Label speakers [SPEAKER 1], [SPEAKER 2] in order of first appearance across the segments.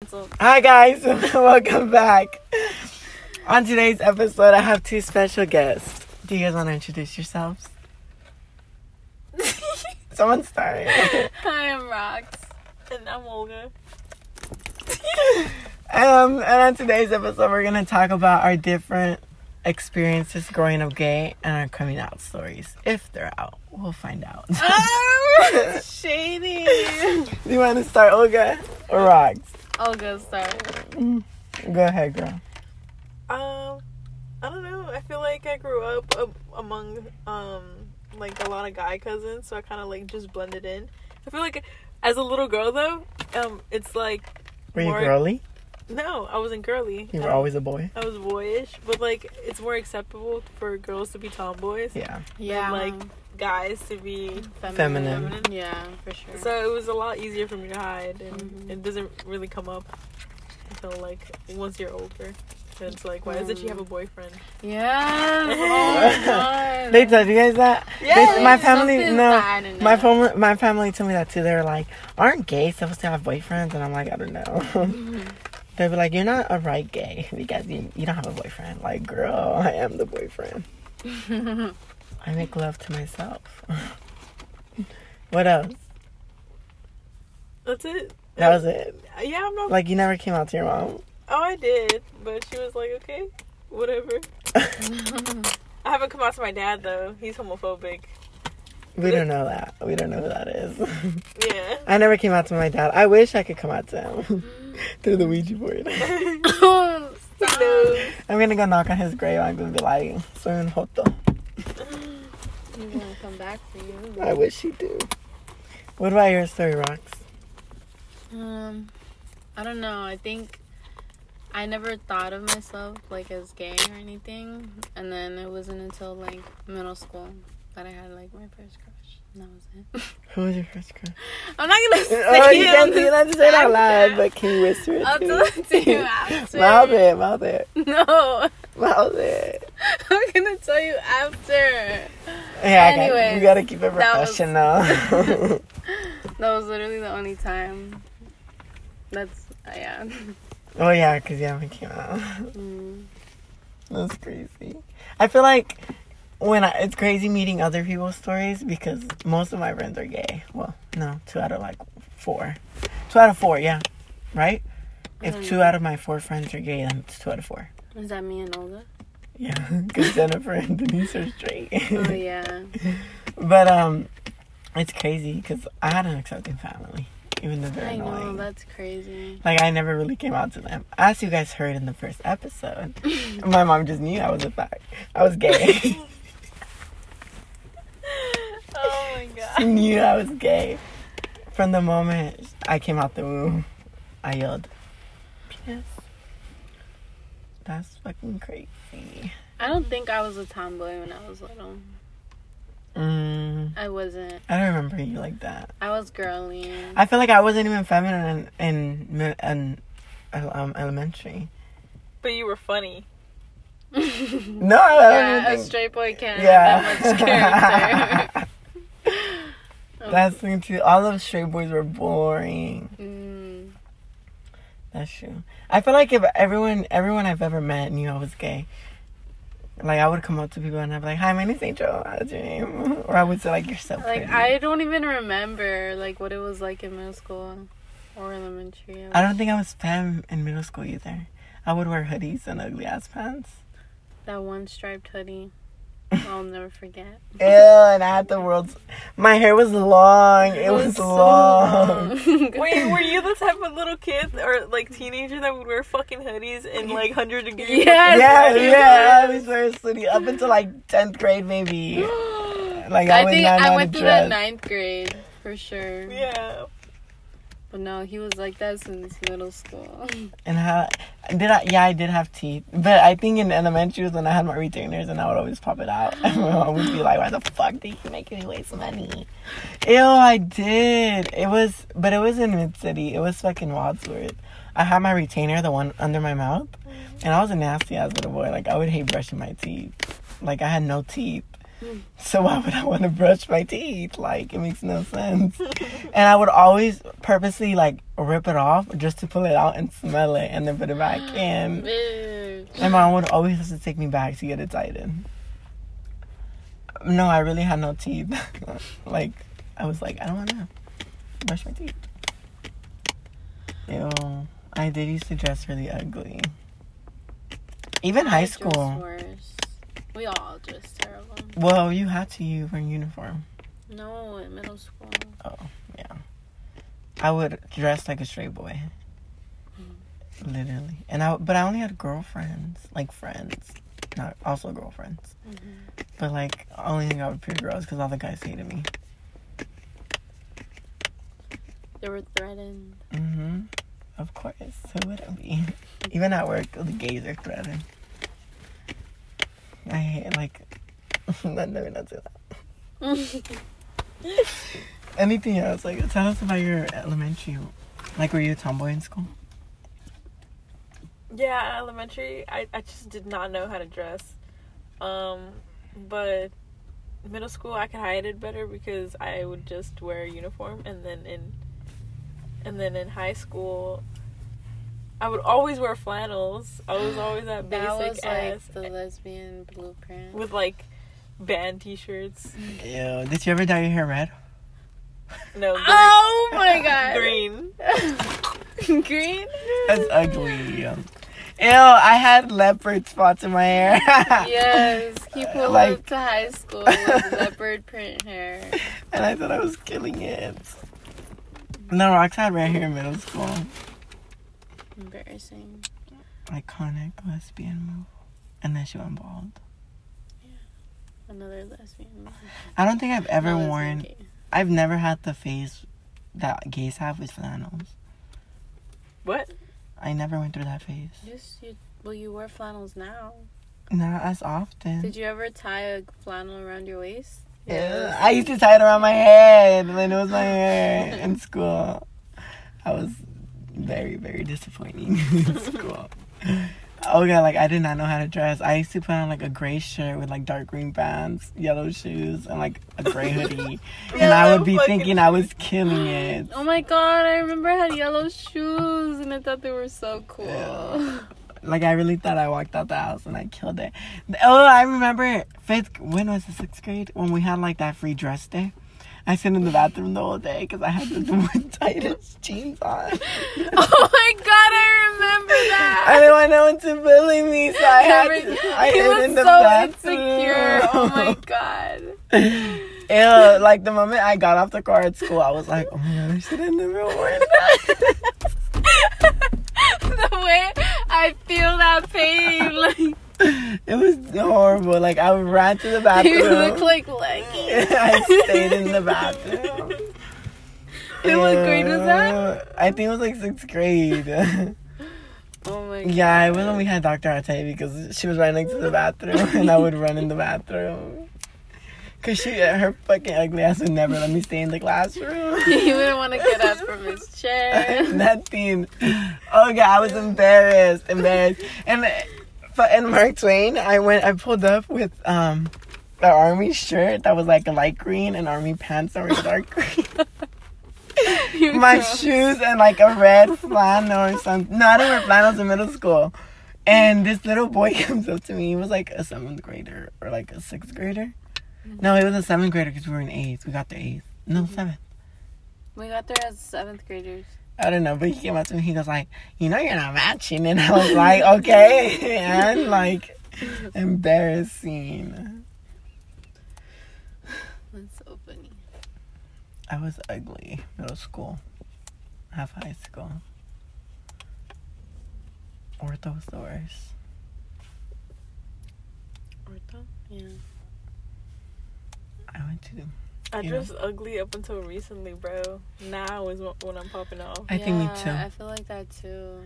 [SPEAKER 1] cancelled.
[SPEAKER 2] Hi guys, welcome back. On today's episode, I have two special guests. Do you guys want to introduce yourselves? Someone start.
[SPEAKER 1] Hi, I'm Rox. And I'm Olga.
[SPEAKER 2] um, and on today's episode, we're gonna talk about our different experiences growing up gay and our coming out stories. If they're out, we'll find out.
[SPEAKER 1] Oh, shady.
[SPEAKER 2] Do you want to start, Olga or Rox?
[SPEAKER 1] Olga, start.
[SPEAKER 2] Go ahead, girl.
[SPEAKER 3] Um, I don't know. I feel like I grew up a- among um like a lot of guy cousins, so I kind of like just blended in. I feel like as a little girl though, um, it's like
[SPEAKER 2] Were you
[SPEAKER 3] More-
[SPEAKER 2] girly?
[SPEAKER 3] no, I wasn't girly.
[SPEAKER 2] You were
[SPEAKER 3] Um,
[SPEAKER 2] always a boy.
[SPEAKER 3] I was boyish, but like it's more acceptable for girls to be tomboys,
[SPEAKER 2] Yeah.
[SPEAKER 1] Yeah.
[SPEAKER 3] like, guys to be.
[SPEAKER 2] Feminine.
[SPEAKER 1] Yeah, for sure.
[SPEAKER 3] So it was a lot easier for me to hide, and
[SPEAKER 1] Mhm.
[SPEAKER 3] it doesn't really come up until like once you're older. And it's like, why does it you have a boyfriend?
[SPEAKER 1] yes. Oh, my God.
[SPEAKER 2] They told you guys that? They- my family,
[SPEAKER 1] Something's
[SPEAKER 2] no.
[SPEAKER 1] that I didn't
[SPEAKER 2] My
[SPEAKER 1] know.
[SPEAKER 2] phone, my family told me that too. They were like, "Aren't gays supposed to have boyfriends?" And I'm like, I don't know. they were like, "You're not a right gay because you, you don't have a boyfriend." Like, girl, I am the boyfriend. I make love to myself. what else?
[SPEAKER 3] That's it.
[SPEAKER 2] That was it.
[SPEAKER 3] Yeah, I'm not
[SPEAKER 2] Like, you never came out to your mom.
[SPEAKER 3] Oh, I did, but she was like, okay, whatever. I haven't come out to my dad though. He's homophobic.
[SPEAKER 2] We don't know that. We don't know who that is.
[SPEAKER 3] Yeah.
[SPEAKER 2] I never came out to my dad. I wish I could come out to him through the Ouija board.
[SPEAKER 1] Oh, stop.
[SPEAKER 3] No.
[SPEAKER 2] I'm gonna go knock on his grave. I'm gonna be like, "Soy un joto."
[SPEAKER 1] He won't come back for you.
[SPEAKER 2] I wish you do. What about your story, Rox?
[SPEAKER 1] Um, I don't know. I think I never thought of myself like as gay or anything, and then it wasn't until like middle school that I had like my first crush. And that was it.
[SPEAKER 2] Who was your first crush?
[SPEAKER 1] I'm not gonna say
[SPEAKER 2] oh, you
[SPEAKER 1] it
[SPEAKER 2] can't,
[SPEAKER 1] on
[SPEAKER 2] you
[SPEAKER 1] this
[SPEAKER 2] can't say it out loud,
[SPEAKER 1] podcast.
[SPEAKER 2] but can you whisper it?
[SPEAKER 1] I'll
[SPEAKER 2] to
[SPEAKER 1] tell
[SPEAKER 2] me?
[SPEAKER 1] it to you after.
[SPEAKER 2] Mouth it, mouth it,
[SPEAKER 1] No,
[SPEAKER 2] mouth it.
[SPEAKER 1] I'm gonna tell you after.
[SPEAKER 2] Yeah, I got, we
[SPEAKER 1] Anyways,
[SPEAKER 2] gotta keep it
[SPEAKER 1] that was-
[SPEAKER 2] professional.
[SPEAKER 1] That was literally the only time. That's uh, yeah.
[SPEAKER 2] oh yeah, cause yeah, we came out.
[SPEAKER 1] Mm.
[SPEAKER 2] That's crazy. I feel like when I, it's crazy meeting other people's stories because most of my friends are gay. Well, no, two out of like four. Two out of four, yeah. Right?
[SPEAKER 1] Mm.
[SPEAKER 2] If two out of my four friends are gay, then it's two out of four.
[SPEAKER 1] Is that me and Olga?
[SPEAKER 2] Yeah, because Jennifer and Denise are straight.
[SPEAKER 1] Oh yeah.
[SPEAKER 2] but um, it's crazy because I had an accepting family, even though they're
[SPEAKER 1] I know
[SPEAKER 2] annoying.
[SPEAKER 1] that's crazy.
[SPEAKER 2] Like I never really came out to them. As you guys heard in the first episode, my mom just knew I was a fact. I was gay.
[SPEAKER 3] Oh my god.
[SPEAKER 2] she knew I was gay. From the moment I came out the womb, I yelled, "Penis." That's fucking crazy.
[SPEAKER 1] I don't think I was a tomboy when I was little.
[SPEAKER 2] Mm,
[SPEAKER 1] I wasn't.
[SPEAKER 2] I don't remember you like that.
[SPEAKER 1] I was girly.
[SPEAKER 2] I feel like I wasn't even feminine in in, mi- in um, elementary.
[SPEAKER 3] But you were funny.
[SPEAKER 2] No, I don't
[SPEAKER 1] yeah, a
[SPEAKER 2] even think.
[SPEAKER 1] straight boy can't have that much
[SPEAKER 2] Yeah.
[SPEAKER 1] character.
[SPEAKER 2] That's the thing too. All of straight boys were boring.
[SPEAKER 1] mm,
[SPEAKER 2] That's true. I feel like if everyone everyone I've ever met knew I was gay, like I would come up to people and I'd be like, "Hi, my name's Angel. How's your name?" Or I would say like, "You're so
[SPEAKER 1] like
[SPEAKER 2] pretty."
[SPEAKER 1] I don't even remember like what it was like in middle school or elementary.
[SPEAKER 2] I don't think I was femme in middle school either. I would wear hoodies and ugly ass pants.
[SPEAKER 1] that one striped hoodie. I'll never forget.
[SPEAKER 2] Ew, and I had the world's. My hair was long. It, was,
[SPEAKER 1] so
[SPEAKER 2] long.
[SPEAKER 3] Wait, were you the type of little kid or like teenager that would wear fucking hoodies in like 100 degrees?
[SPEAKER 1] Yes.
[SPEAKER 2] yeah, yeah, I was very silly up until like tenth grade maybe. Like I,
[SPEAKER 1] I
[SPEAKER 2] would
[SPEAKER 1] think
[SPEAKER 2] not know
[SPEAKER 1] I
[SPEAKER 2] how
[SPEAKER 1] went
[SPEAKER 2] to
[SPEAKER 1] through that
[SPEAKER 2] dress.
[SPEAKER 1] ninth grade for sure.
[SPEAKER 3] Yeah.
[SPEAKER 1] But no, he was like that since middle school.
[SPEAKER 2] And how did I? Yeah, I did have teeth, but I think in elementary was when I had my retainers, and I would always pop it out. And my mom would be like, "Why the fuck did you make me waste money?" Ew, I did. It was, but it was in mid city. It was fucking Wadsworth. I had my retainer, the one under my mouth, and I was a nasty ass little boy. Like I would hate brushing my teeth. Like I had no teeth. So why would I want to brush my teeth? Like it makes no sense. and I would always purposely like rip it off just to pull it out and smell it and then put it back in.
[SPEAKER 1] Bitch.
[SPEAKER 2] And my mom would always have to take me back to get it tightened. No, I really had no teeth. like I was like, I don't want to brush my teeth. Ew. I did used to dress really ugly. Even
[SPEAKER 1] I
[SPEAKER 2] high
[SPEAKER 1] dress
[SPEAKER 2] school.
[SPEAKER 1] worse. We all dress terrible.
[SPEAKER 2] Well, you had to. You were in uniform.
[SPEAKER 1] No, in middle school.
[SPEAKER 2] I would dress like a straight boy, literally. And I, but I only had girlfriends, like friends, not also girlfriends. But like, I only hung out with pure girls because all the guys hated me.
[SPEAKER 1] They were threatened.
[SPEAKER 2] hmm Of course, who wouldn't be? Even at work, the gays are threatened. I hate like. Let me not do that. Anything else? Like, tell us about your elementary. Like, were you a tomboy in school?
[SPEAKER 3] Yeah, elementary, I, I just did not know how to dress. Um, but middle school, I could hide it better because I would just wear a uniform, and then in and then in high school, I would always wear flannels. I was always that basic
[SPEAKER 1] that was
[SPEAKER 3] ass
[SPEAKER 1] like the lesbian blueprint.
[SPEAKER 3] with like band T-shirts.
[SPEAKER 2] Ew. Did you ever dye your hair red?
[SPEAKER 3] No, green.
[SPEAKER 1] oh my god.
[SPEAKER 3] green.
[SPEAKER 1] Green. Green.
[SPEAKER 2] That's ugly. Ew, I had leopard spots in my hair.
[SPEAKER 1] Yes, he pulled
[SPEAKER 2] Like-
[SPEAKER 1] up to high school with leopard print hair.
[SPEAKER 2] and I thought I was killing it. No, Rox had red hair in middle school.
[SPEAKER 1] Embarrassing.
[SPEAKER 2] Iconic lesbian move. And then she went bald.
[SPEAKER 1] Another lesbian.
[SPEAKER 2] I don't think I've ever
[SPEAKER 1] Another lesbian
[SPEAKER 2] worn.
[SPEAKER 1] gay.
[SPEAKER 2] I've never had the phase that gays have with flannels.
[SPEAKER 3] What?
[SPEAKER 2] I never went through that phase.
[SPEAKER 1] Yes, you. Well, you wear flannels now.
[SPEAKER 2] Not as often.
[SPEAKER 1] Did you ever tie a flannel around your waist?
[SPEAKER 2] Ew, I used to tie it around my head when it was my hair in school. I was very, very disappointing in school. Oh yeah, like I did not know how to dress. I used to put on like a gray shirt with like dark green bands, yellow shoes, and like a gray hoodie, and I would be
[SPEAKER 3] Yellow fucking
[SPEAKER 2] thinking I was killing it.
[SPEAKER 1] Oh my god, I remember I had yellow shoes and I thought they were so cool.
[SPEAKER 2] Yeah. Like I really thought I walked out the house and I killed it. Oh, I remember fifth. When was the sixth grade when we had like that free dress day? I sit in the bathroom the whole day because I had the- the tightest jeans on.
[SPEAKER 1] oh my god, I remember that.
[SPEAKER 2] I didn't want no one to bully me, so I had
[SPEAKER 1] Every-
[SPEAKER 2] to, I
[SPEAKER 1] he
[SPEAKER 2] hid
[SPEAKER 1] was
[SPEAKER 2] in the
[SPEAKER 1] so
[SPEAKER 2] bathroom.
[SPEAKER 1] insecure. Oh my god.
[SPEAKER 2] Ew, like the moment I got off the car at school, I was like, oh my god, I should have never worn that.
[SPEAKER 1] the way I feel that pain, like
[SPEAKER 2] it was horrible. Like I ran to the bathroom.
[SPEAKER 1] you look like leggy.
[SPEAKER 2] I stayed in the bathroom.
[SPEAKER 1] In what grade was that?
[SPEAKER 2] Ew. I think it was like sixth grade.
[SPEAKER 1] Oh my god.
[SPEAKER 2] yeah, it was when we had Dr. Arte because she was right next to the bathroom and I would run in the bathroom. Cause she her fucking ugly ass would never let me stay in the classroom.
[SPEAKER 1] He wouldn't want to get up from his chair.
[SPEAKER 2] Nothing. Oh god, I was embarrassed. Embarrassed. And but in Mark Twain, I went I pulled up with um an army shirt that was like a light green and army pants that were dark green.
[SPEAKER 1] You
[SPEAKER 2] my
[SPEAKER 1] know.
[SPEAKER 2] shoes and like a red flannel or something. No, I didn't wear flannels in middle school. And this little boy comes up to me. He was like a seventh grader or like a sixth grader. No, he was a seventh grader because we were in eighth. We got the eighth. No, seventh.
[SPEAKER 1] We got there as seventh graders.
[SPEAKER 2] I don't know, but he came up to me. He goes like, "You know, you're not matching," and I was like, "Okay," and like, embarrassing.
[SPEAKER 1] That's so funny.
[SPEAKER 2] I was ugly middle school, half high school. Ortho was the worst.
[SPEAKER 1] Ortho? Yeah.
[SPEAKER 2] I went to.
[SPEAKER 3] I
[SPEAKER 2] Yeah.
[SPEAKER 3] dressed ugly up until recently, bro. Now is wh- when I'm popping off.
[SPEAKER 2] I think me
[SPEAKER 1] Yeah,
[SPEAKER 2] too.
[SPEAKER 1] I feel like that too.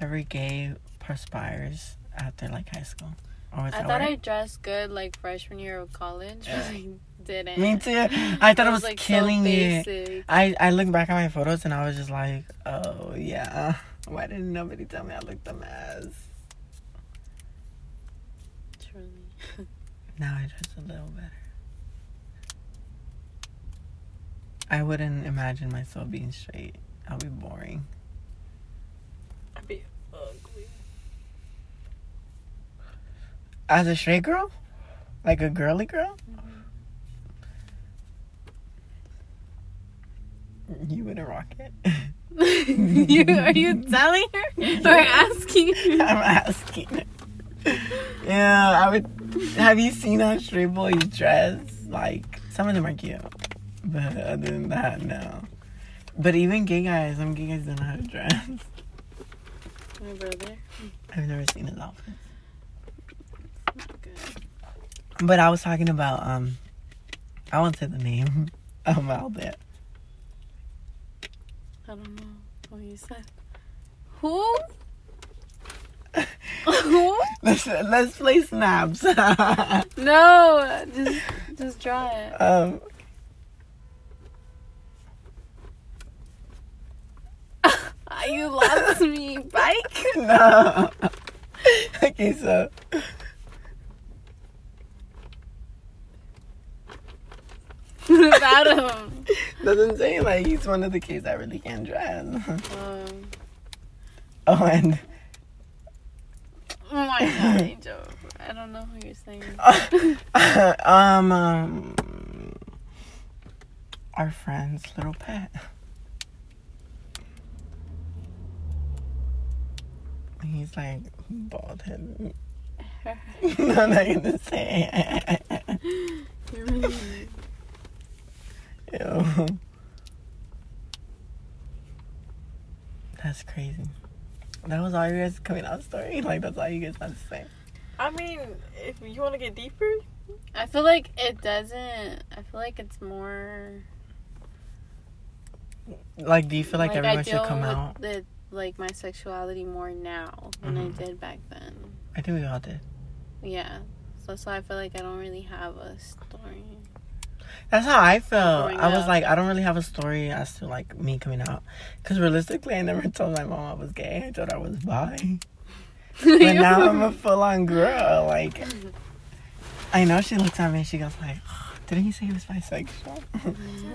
[SPEAKER 2] Every gay perspires after like high school. Or
[SPEAKER 1] I thought I dressed good like freshman year of college, but I didn't.
[SPEAKER 2] Me too. I thought I was
[SPEAKER 1] like, so
[SPEAKER 2] killing it.
[SPEAKER 1] basic.
[SPEAKER 2] I I look back at my photos and I was just like, oh yeah. Why didn't nobody tell me I looked a mess?
[SPEAKER 1] Truly.
[SPEAKER 2] Now I dress a little better. I wouldn't imagine myself being straight. I'll be boring.
[SPEAKER 3] I'd be ugly.
[SPEAKER 2] As a straight girl? Like a girly girl?
[SPEAKER 1] Mm-hmm.
[SPEAKER 2] You wouldn't rock it.
[SPEAKER 1] you, are you telling her or asking
[SPEAKER 2] I'm
[SPEAKER 1] her?
[SPEAKER 2] asking. yeah, I would. Have you seen how straight boys dress? Like, some of them are cute. But other than that, no. But even gay guys, some gay guys don't know how to dress.
[SPEAKER 1] My brother.
[SPEAKER 2] I've never seen his outfit.
[SPEAKER 1] Good.
[SPEAKER 2] But I was talking about, um, I won't say the name of my outfit.
[SPEAKER 1] I don't know what you said. Who? Who?
[SPEAKER 2] Let's, let's play snaps. um,
[SPEAKER 1] No, just just draw it. Ah, you lost me, bike.
[SPEAKER 2] no. okay, so.
[SPEAKER 1] Without him.
[SPEAKER 2] Doesn't say like he's one of the kids that really can dress.
[SPEAKER 1] Um,
[SPEAKER 2] oh, and
[SPEAKER 1] oh my god, Angel. I don't know who you're saying.
[SPEAKER 2] um, um, our friend's little pet. He's like bald headed. I'm not gonna say. it.
[SPEAKER 1] You're really mean.
[SPEAKER 2] Ew. That's crazy. That was all you guys coming out story. Like that's all you guys had to say.
[SPEAKER 3] I mean, if you want to get deeper,
[SPEAKER 1] I feel like it doesn't. I feel like it's more.
[SPEAKER 2] Like, do you feel like,
[SPEAKER 1] I
[SPEAKER 2] everyone should
[SPEAKER 1] deal
[SPEAKER 2] come
[SPEAKER 1] with
[SPEAKER 2] out?
[SPEAKER 1] The, like my sexuality more now than
[SPEAKER 2] Mhm.
[SPEAKER 1] I did back then.
[SPEAKER 2] I think we all did.
[SPEAKER 1] Yeah. So so I feel like I don't really have a story.
[SPEAKER 2] That's how I felt.
[SPEAKER 1] Growing
[SPEAKER 2] I was
[SPEAKER 1] up.
[SPEAKER 2] like, I don't really have a story as to like me coming out, because realistically, I never told my mom I was gay. I told her I was bi. But now I'm a full-on girl. Like, I know she looks at me. and She goes like, "Oh, "Didn't you say he was bisexual?"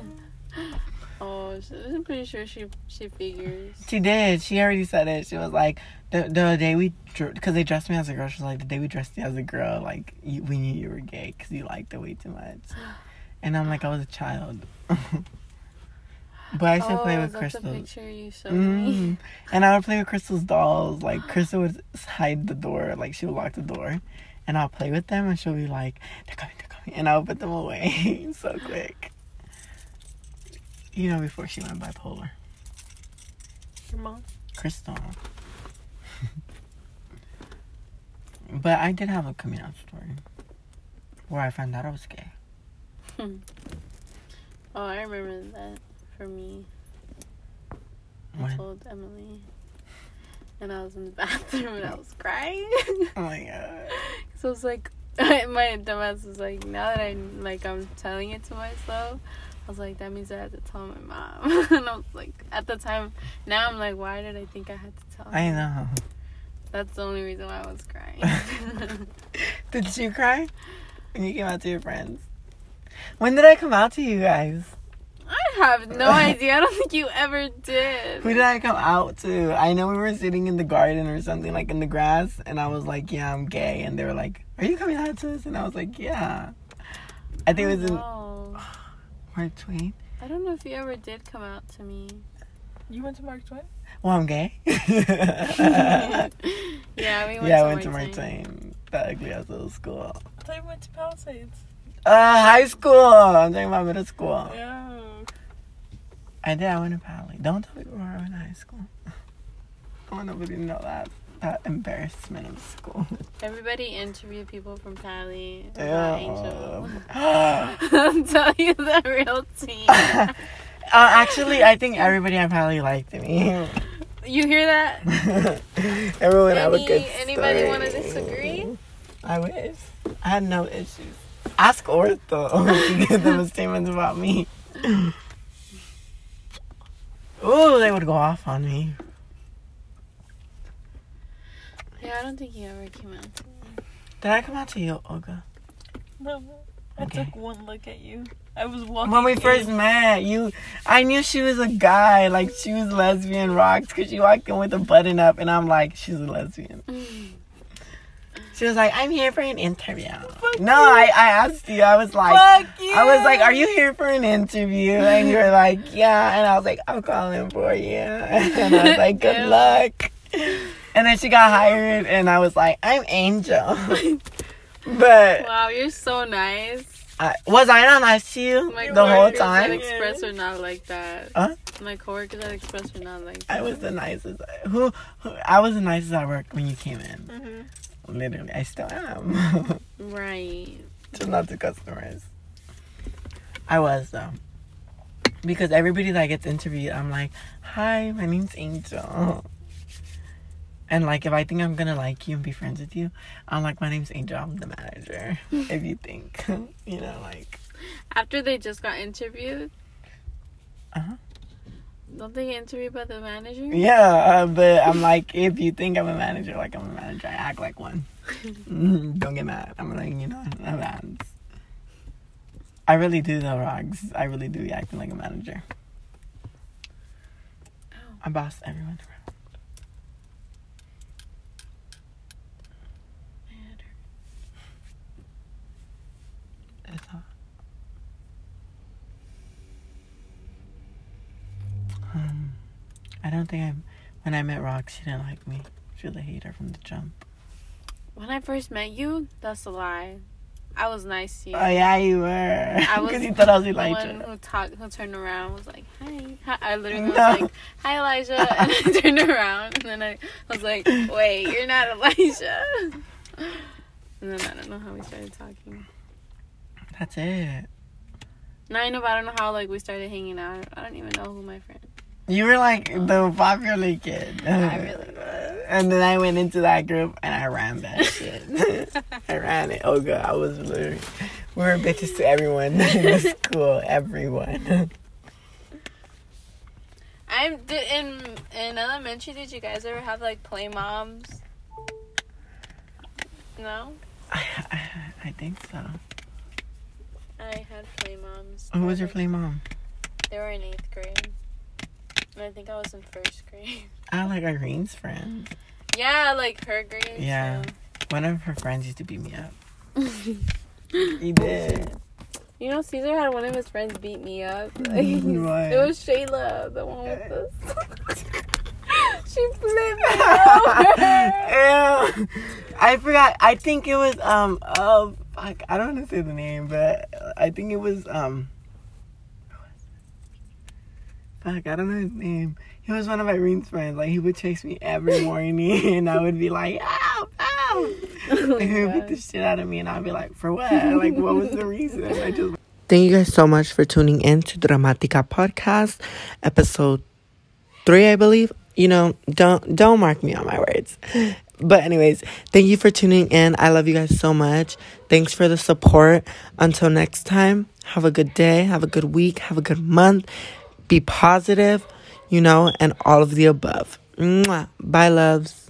[SPEAKER 1] oh, so I'm pretty sure she she figures.
[SPEAKER 2] she did. She already said it. She was like, "The, the day we, because they dressed me as a girl." She was like, "The day we dressed you as a girl, like you, we knew you were gay because you liked it way too much." And I'm like, I was a child. but I used to play
[SPEAKER 1] oh,
[SPEAKER 2] with
[SPEAKER 1] that's the
[SPEAKER 2] crystals.
[SPEAKER 1] picture you showed me.
[SPEAKER 2] Mm. And I would play with Crystal's dolls. Like Crystal would s- hide the door, like she would lock the door, and I'll play with them, and she'll be like, "They're coming, they're coming," and I'll put them away so quick. You know, before she went bipolar,
[SPEAKER 3] your mom.
[SPEAKER 2] Crystal. but I did have a coming out story where I found out I was gay.
[SPEAKER 1] Oh, I remember that for me. I
[SPEAKER 2] When-
[SPEAKER 1] told Emily. And I was in the bathroom and I was crying.
[SPEAKER 2] oh my god.
[SPEAKER 1] so I was like, my dumbass was like, now that I like I'm telling it to myself, I was like, that means I have to tell my mom. and I was like, at the time, now I'm like, why did I think I had to tell?
[SPEAKER 2] I
[SPEAKER 1] her?
[SPEAKER 2] know.
[SPEAKER 1] That's the only reason why I was crying.
[SPEAKER 2] Did you cry when you came out to your friends? When did I come out to you guys?
[SPEAKER 1] I have no idea. I don't think you ever did.
[SPEAKER 2] Who did I come out to? I know we were sitting in the garden or something, like in the grass, and I was like, "Yeah, I'm gay," and they were like, "Are you coming out to us?" And I was like, "Yeah." I think it was in
[SPEAKER 1] Oh, No.
[SPEAKER 2] Mark Twain.
[SPEAKER 1] I don't know if you ever did come out to me.
[SPEAKER 3] You went to Mark Twain?
[SPEAKER 2] Well, I'm gay.
[SPEAKER 1] yeah,
[SPEAKER 2] yeah,
[SPEAKER 1] we went
[SPEAKER 2] I
[SPEAKER 1] to
[SPEAKER 2] went to
[SPEAKER 1] Martin.
[SPEAKER 2] Mark Twain. That ugly ass little school.
[SPEAKER 3] I thought you went to Palisades.
[SPEAKER 2] Uh, high school. I'm talking about middle school.
[SPEAKER 3] Yeah.
[SPEAKER 2] I did. I went to Pali. Don't tell people where I went to high school. I want nobody to know that. That embarrassment of school.
[SPEAKER 1] Everybody interviewed people from Cali.
[SPEAKER 2] Yeah. um,
[SPEAKER 1] about Angel. I'll tell you the real tea.
[SPEAKER 2] uh, actually, I think everybody at Pali liked me.
[SPEAKER 1] You hear that?
[SPEAKER 2] Everyone have a
[SPEAKER 1] Any-
[SPEAKER 2] good
[SPEAKER 1] anybody
[SPEAKER 2] story.
[SPEAKER 1] wanna disagree?
[SPEAKER 2] I wish. I had no issues. Ask Ortho to give them a statement about me. Ooh, they would go off on me.
[SPEAKER 1] Yeah, I don't think you ever came out to me.
[SPEAKER 2] Did I come out to you, Olga?
[SPEAKER 3] No. I
[SPEAKER 2] Okay.
[SPEAKER 3] took one look at you. I was walking.
[SPEAKER 2] When we
[SPEAKER 3] in-
[SPEAKER 2] first met, you, I knew she was a guy. Like she was lesbian rocks because she walked in with a button up, and I'm like, she's a lesbian.
[SPEAKER 1] Mm.
[SPEAKER 2] She was like, I'm here for an interview.
[SPEAKER 3] Fuck
[SPEAKER 2] No,
[SPEAKER 3] you.
[SPEAKER 2] I, I asked you. I was like,
[SPEAKER 3] Fuck you.
[SPEAKER 2] I was like, are you here for an interview? And you were like, yeah. And I was like, I'm calling for you. And I was like, good
[SPEAKER 1] Ew.
[SPEAKER 2] luck. And then she got hired, and I was like, I'm Angel. but
[SPEAKER 1] Wow, you're so nice.
[SPEAKER 2] I, was I not nice to you
[SPEAKER 1] My
[SPEAKER 2] the whole
[SPEAKER 1] coworkers
[SPEAKER 2] time?
[SPEAKER 1] At Express are not like that.
[SPEAKER 2] Huh?
[SPEAKER 1] My coworkers at Express are not like that.
[SPEAKER 2] I was the nicest. Who, who? I was the nicest at work when you came in.
[SPEAKER 3] Mhm.
[SPEAKER 2] Literally, I still am.
[SPEAKER 1] Right.
[SPEAKER 2] Just not to customers. I was though, because everybody that gets interviewed, I'm like, "Hi, my name's Angel." And like, if I think I'm gonna like you and be friends with you, I'm like, "My name's Angel. I'm the manager." if you think, you know, like,
[SPEAKER 1] After they just got interviewed.
[SPEAKER 2] Uh-huh.
[SPEAKER 1] Don't they get interviewed by the manager?
[SPEAKER 2] yeah. Uh, but I'm like, if you think I'm a manager, like I'm a manager, I act like one. Mm, Don't get mad. I'm like, you know, I'm mad. I really do though, Rogs. I really do be acting like a manager.
[SPEAKER 1] Oh.
[SPEAKER 2] I boss everyone around. That's all. Um, I don't think I. When I met Rox, she didn't like me. She was a hater from the jump.
[SPEAKER 1] When I first met you, that's a lie. I was nice to you.
[SPEAKER 2] Oh yeah, you were.
[SPEAKER 1] I was
[SPEAKER 2] Because you thought I was
[SPEAKER 1] the one
[SPEAKER 2] Elijah.
[SPEAKER 1] who talked, who turned around, and was like, "Hi." Hi. I literally was
[SPEAKER 2] No.
[SPEAKER 1] like, "Hi, Elijah," and I turned around, and then I was like, "Wait, you're not Elijah." And then I don't know how we started talking.
[SPEAKER 2] That's it.
[SPEAKER 1] Now I know, but I don't know how like we started hanging out. I don't even know who my friend.
[SPEAKER 2] You were like the popular kid.
[SPEAKER 1] I really was.
[SPEAKER 2] And then I went into that group and I ran that shit. I ran it. Oh god, I was literally we were bitches to everyone in the school. Everyone.
[SPEAKER 1] I'm d- in in elementary. Did you guys ever have like play moms? No,
[SPEAKER 2] I, I, I think so.
[SPEAKER 1] I had play moms.
[SPEAKER 2] Who was your
[SPEAKER 1] Like,
[SPEAKER 2] play mom?
[SPEAKER 1] They were in eighth grade, and I think I was in first grade.
[SPEAKER 2] I like Irene's friend.
[SPEAKER 1] Yeah, like her grades.
[SPEAKER 2] Yeah. One of her friends used to beat me up. He did.
[SPEAKER 1] You know, Caesar had one of his friends beat me up.
[SPEAKER 2] Why?
[SPEAKER 1] It was Shayla, the one with the. she flipped me over.
[SPEAKER 2] Ew. I forgot. I think it was um oh fuck. I don't want to say the name, but I think it was um. who was it? Fuck, I don't know his name. He was one of Irene's friends. Like he would chase me every morning, and I would be like, "Ow, ow!"
[SPEAKER 1] Oh
[SPEAKER 2] Like,
[SPEAKER 1] my
[SPEAKER 2] he would
[SPEAKER 1] God.
[SPEAKER 2] beat the shit out of me, and I'd be like, "For what? Like, what was the reason?" I just. Thank you guys so much for tuning in to Dramatica Podcast, episode three, I believe. You know, don't don't mark me on my words. But anyways, thank you for tuning in. I love you guys so much. Thanks for the support. Until next time, have a good day, have a good week, have a good month. Be positive, you know, and all of the above. Mwah. Bye loves.